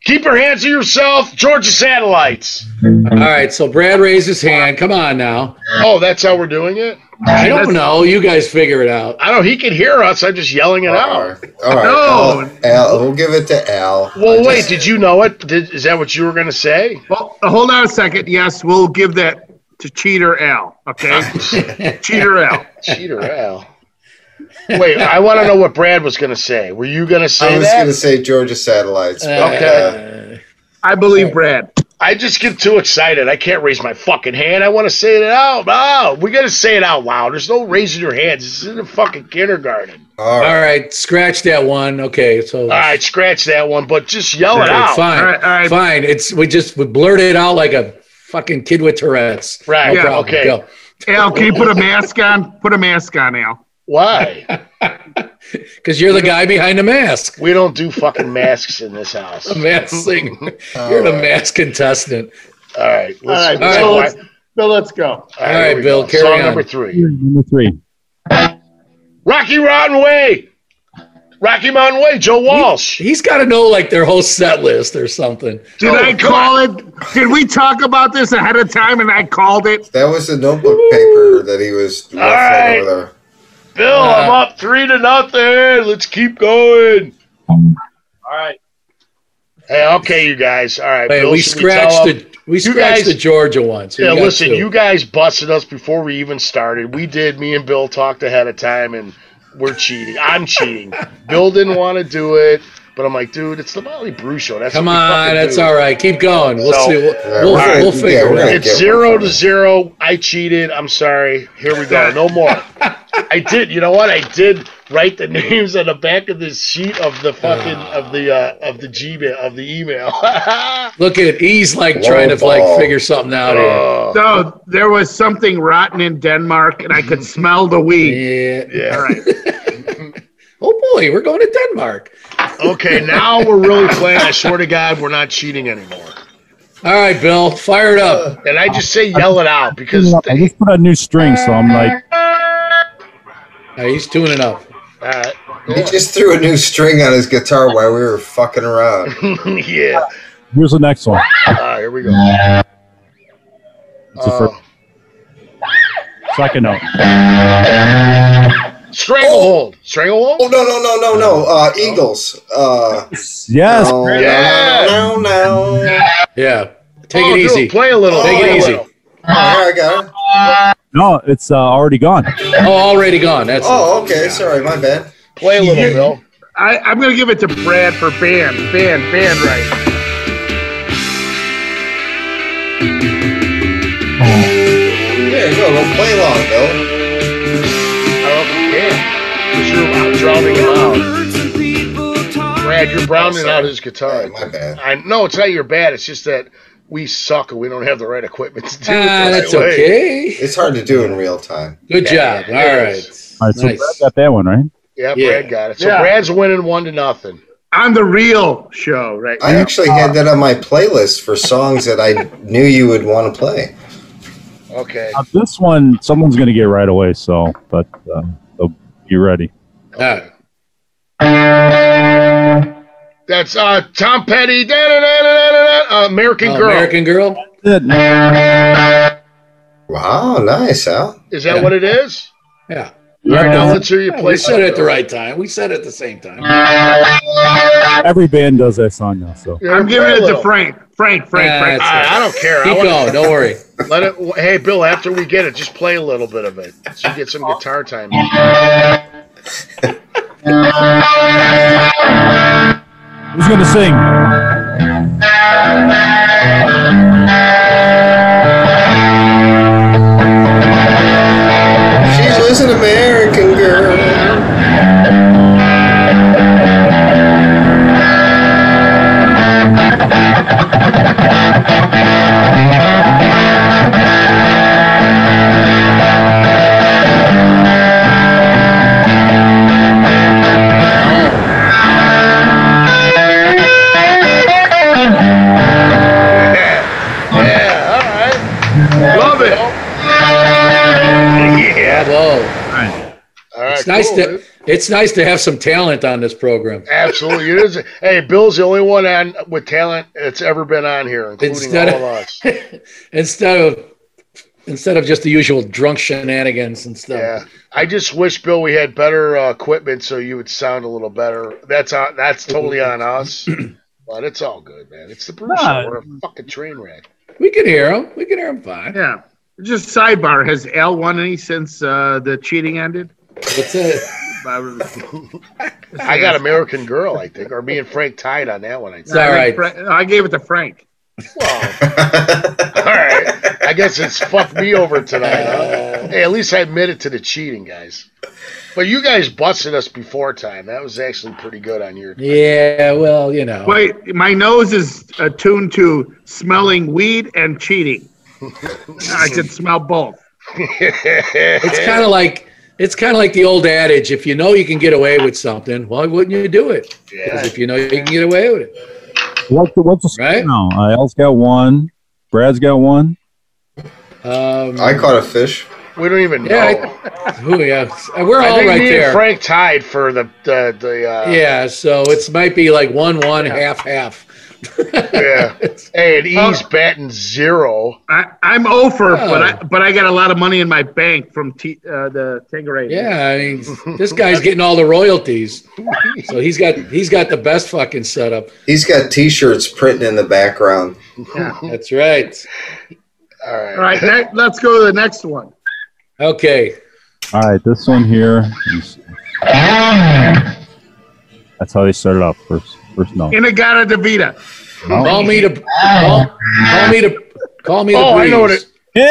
B: Keep your hands to yourself, Georgia Satellites.
C: All right. So Brad raised his hand. Come on now.
B: Oh, that's how we're doing it?
C: I don't know. You guys figure it out.
B: I don't. He can hear us. I'm just yelling it
D: All
B: out.
D: right, all right.
F: No.
D: Al, Al, we'll give it to Al.
B: Well, wait. Did you know it? Did, is that what you were gonna say?
F: Well, hold on a second. Yes, we'll give that to Cheater Al. Okay, Cheater Al.
B: Cheater, Al. Wait, I want to know what Brad was going to say. Were you going to say
D: I was
B: that?
D: going to say Georgia satellites. but,
B: Okay.
F: I believe Brad.
B: I just get too excited. I can't raise my fucking hand. I want to say it out loud. We got to say it out loud. There's no raising your hands. This is in the fucking kindergarten.
D: uh, all
C: All
D: right.
C: right, scratch that one. Okay, so
B: All right, scratch that one, but just yell
C: All
B: it
C: right,
B: out.
C: fine,
F: All right, all right.
C: fine. It's we just we blurted it out like a fucking kid with Tourette's.
B: Right, yeah, okay.
C: Go.
F: Al, can you put a mask on? Put a mask on, Al.
B: Why?
C: Because you're the guy behind the mask.
B: We don't do fucking masks in this house.
C: The
B: All
C: mask singer. You're the mask contestant.
B: right. Let's,
F: All right,
B: let's
F: Bill,
B: go.
F: let's, Bill, let's go.
B: All right,
C: All right,
B: here we
C: Bill,
B: go.
C: carry
B: Song
C: on.
B: number three.
E: Number three.
B: Rocky Mountain Way. Rocky Mountain Way, Joe Walsh.
C: He's got to know like their whole set list or something.
F: Did
B: Oh,
F: I
B: God.
F: call it? Did we talk about this ahead of time and I called it?
D: That was the notebook paper that he was ruffling
B: right.
D: over there.
B: Bill, I'm up three to nothing. Let's keep going. All right. Hey, okay, you guys. All right.
C: Man,
B: Bill,
C: we
B: should tell
C: scratched
B: them?
C: the we
B: You
C: scratched
B: guys-
C: the Georgia one. So
B: Yeah,
C: got
B: listen,
C: two.
B: you guys busted us before we even started. We did. Me and Bill talked ahead of time, and we're cheating. I'm cheating. Bill didn't want to do it, but I'm like, dude, it's the Molly Brew show. That's
C: Come
B: what we
C: on,
B: fucking
C: that's
B: do.
C: all right. Keep going. We'll
B: So-
C: see. We'll,
D: Yeah,
C: we'll,
D: we're gonna-
C: we'll
D: yeah,
C: figure
D: we're
C: it
D: gonna-
C: out.
B: It's
D: Get one
B: zero
D: from
B: to
D: me.
B: zero. I cheated. I'm sorry. Here we go. No more. I did. You know what? I did write the names on the back of this sheet of the fucking of the uh, of the Gmail of the email.
C: Look at it. He's like
D: Low
C: trying to
D: ball.
C: like figure something out
F: So there was something rotten in Denmark and I could smell the weed.
C: here. Yeah.
B: yeah.
F: All right.
C: Oh boy, we're going to Denmark.
B: Okay. Now we're really playing. I swear to God, we're not cheating anymore.
C: All right, Bill, fire it up.
B: And I just say yell it out because
E: I
B: they,
E: just put a new string, so I'm like,
C: All right, he's tuning up.
B: uh,
D: He just threw a new string on his guitar while we were fucking around.
B: yeah.
E: here's the next one.
B: Uh, here we go.
E: It's the
B: Uh,
E: first, second note.
B: stranglehold. Stranglehold.
D: Oh no no no no no! Uh, Eagles. Uh,
E: Yes.
D: no,
B: Yeah.
D: no, no, no, no.
C: Yeah, take
B: Oh,
C: it
B: do
C: easy.
B: Play a little.
C: Take
B: play
C: it
B: a
C: easy.
B: little.
D: Oh, I got it.
E: No, it's uh, already gone.
C: Oh, already gone. That's
D: Oh, okay. Sorry, my bad.
B: Play a little, Bill.
F: I, I'm going to give it to Brad for band, band, band, right?
D: There you go. Don't play long, Bill.
B: Okay. You're drowning him out. Brad, you're browning out his guitar.
D: Sorry, my bad.
B: I no, it's not your bad. It's just that we suck and we don't have the right equipment to do it. the
C: Ah,
B: right
C: that's
B: way.
C: okay.
D: It's hard to do in real time.
C: Good
B: Yeah,
C: job.
B: it
C: All
B: is.
C: right.
E: All right, so
C: Nice.
E: Brad got that one right.
B: Yeah,
C: Yeah.
B: Brad got it. So
F: Yeah.
B: Brad's winning one to nothing.
F: On the real show, right?
D: I actually had that on my playlist for songs that I knew you would want to play.
B: Okay.
E: Now, this one, someone's gonna get right away. So, but uh, so be ready.
C: All right.
B: That's uh Tom Petty. Da, da, da, da, da, da, da, American
C: Oh,
B: Girl.
C: American Girl.
E: That's it.
D: Wow, nice, Al.
B: Is that
C: Yeah.
B: what it is?
C: Yeah.
B: All right, now let's hear you
C: Yeah,
B: play.
C: we said
B: something.
C: it at the right time. We said it at the same time.
E: Every band does that song now. So
B: Yeah,
F: I'm
B: play
F: giving
B: a
F: it to
B: little.
F: Frank. Frank,
C: Yeah,
F: Frank, Frank.
C: that's-
B: I, I don't care. I
C: Keep
B: want
C: going. Don't worry.
B: to let it. Hey, Bill. After we get it, just play a little bit of it, so you get some guitar time.
E: who's gonna sing?
D: She was an American girl.
B: Yeah. All right. Love it. Yeah.
C: Whoa.
B: All right.
C: It's nice
B: cool,
C: to
B: dude.
C: it's nice to have some talent on this program.
B: Absolutely, it is. Hey, Bill's the only one on with talent that's ever been on here, including
C: Instead
B: all
C: of-
B: of us.
C: Instead of instead of just the usual drunk shenanigans and stuff.
B: Yeah, I just wish Bill we had better uh, equipment so you would sound a little better. That's on, that's totally on us, but it's all good, man. It's the Bruce.
E: Nah.
B: Show. We're a fucking train wreck.
C: We can hear him. We can hear him fine.
F: Yeah. Just sidebar. Has Al won any since uh, the cheating ended?
C: What's it?
B: I got American Girl, I think, or me and Frank tied on that one. I think.
C: It's all right.
F: I gave it to Frank.
B: All right. I guess it's fucked me over tonight.
C: Uh,
B: Huh? Hey, at least I admitted to the cheating, guys. But you guys busted us before time. That was actually pretty good on your.
C: Yeah, well, you know.
F: Wait, my nose is attuned to smelling weed and cheating. I can smell both.
C: It's kind of like it's kind of like the old adage: if you know you can get away with something, why wouldn't you do it? 'Cause if you know you can get away with it,
E: What's the, what's the score
C: Right?
E: now? Uh, Al's got one. Brad's got one.
C: um,
D: I caught a fish.
B: We don't even know.
C: Yeah, who, yeah, we're
B: I
C: all
B: think
C: right
B: me
C: there.
B: and Frank tied for the the, the uh,
C: yeah, so it's might be like one, one, half, half.
B: yeah. Hey, and E's batting zero.
F: I, I'm over,
C: Oh.
F: but I but I got a lot of money in my bank from t, uh, the Tangerine.
C: Yeah, I mean, this guy's getting all the royalties, so he's got he's got the best fucking setup.
D: He's got T-shirts printing in the background.
C: That's right.
B: All right.
F: All right, ne- let's go to the next one.
C: Okay,
E: All right, this one here. Is, that's how they started off first. First no.
F: Inagata Davita.
B: Oh.
C: call me to call, call me to call me to
B: Oh, I
C: breeze.
B: know what it-
E: Yeah.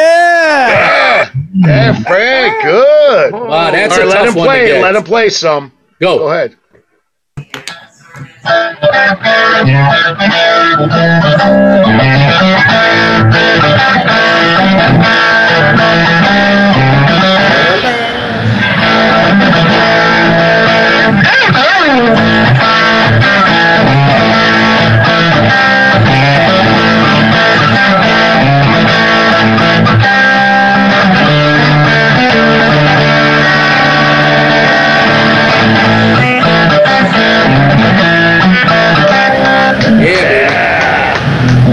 B: Yeah, yeah, Frank, good. All
F: Oh,
C: Wow, that's
B: right,
C: a
B: let
C: tough
B: him
C: one to
B: play.
C: get.
B: Let him play some.
C: go.
B: Go ahead.
C: Yeah,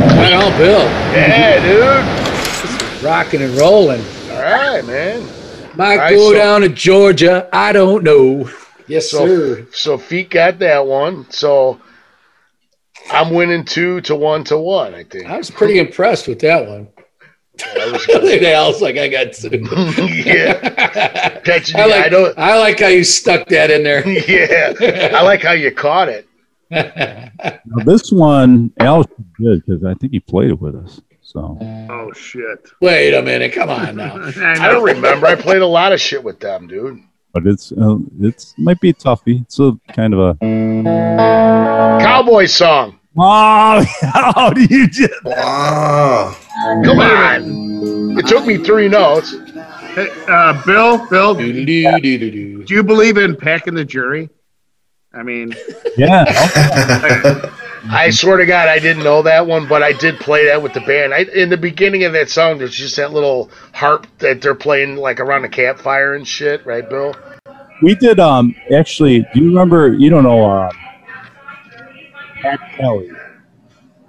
C: baby. Right on, Bill.
B: Yeah, dude.
C: Rocking and rolling.
B: All right, man.
C: Might
B: right,
C: go
B: so-
C: down to Georgia. I don't know. Yes,
B: So, so Feet got that one. So I'm winning two to one to one. I think.
C: I was pretty impressed with that one.
B: That was good.
C: I was like, I got two.
B: yeah, catching.
C: I
B: I,
C: like,
B: don't.
C: I like how you stuck that in there.
B: Yeah, I like how you caught it.
E: Now, this one Al did because I think he played it with us. So
F: Oh shit!
C: Wait a minute. Come on now.
B: I don't remember. I played a lot of shit with them, dude.
E: but it's uh, it's might be a toughie. It's a kind of a
B: Cowboy song.
E: oh how do you just
D: Wow.
B: Come on. It took me three notes.
F: Hey, uh, Bill, Bill, do
C: Doo-doo-doo-doo-doo.
F: you believe in packing the jury? I mean,
E: yeah
B: I swear to God, I didn't know that one, but I did play that with the band. I, in the beginning of that song, there's just that little harp that they're playing like around a campfire and shit, right, Bill?
E: we did um actually do you remember you don't know uh, Pat Kelly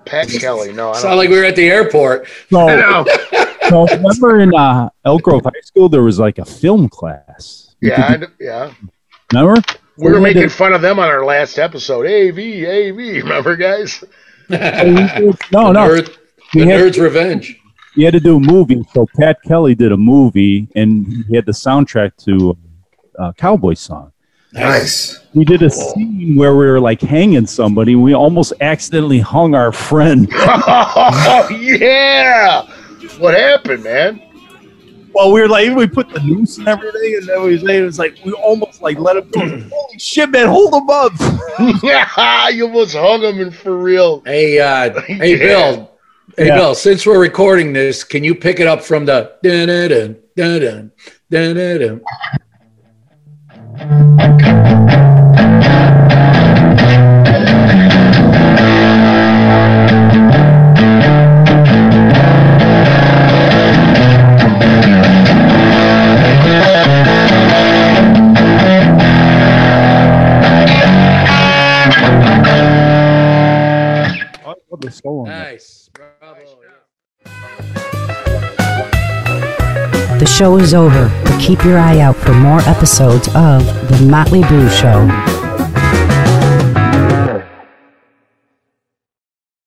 B: Pat Kelly. No, I
C: Sound
B: don't.
C: like we were at the airport.
E: so.
F: no,
E: So remember in uh, Elk Grove High School, there was like a film class. You
B: Yeah,
E: could
B: I d- yeah.
E: do- remember?
B: We were
E: We
B: making
E: did-
B: fun of them on our last episode. AV, AV. Remember, guys?
E: Oh, No,
C: The
E: no.
C: nerd- the
E: We had,
C: nerd's revenge.
E: we had to do a movie. So Pat Kelly did a movie, and he had the soundtrack to uh, Cowboy Song.
D: Nice.
E: We did a scene where we were like hanging somebody. And we almost accidentally hung our friend.
B: Oh, yeah. What happened, man?
E: Well, we were like, we put the noose and everything, and then we it was like we almost like let him go. Holy shit, man! Hold him up.
B: you almost hung him in for real.
C: Hey, uh, hey,
B: Yeah.
C: Bill. Hey,
E: Yeah.
C: Bill. Since we're recording this, can you pick it up from the dun dun dun dun dun dun dun? Nice. Bravo.
A: The show is over, but keep your eye out for more episodes of The Motley Brew Show.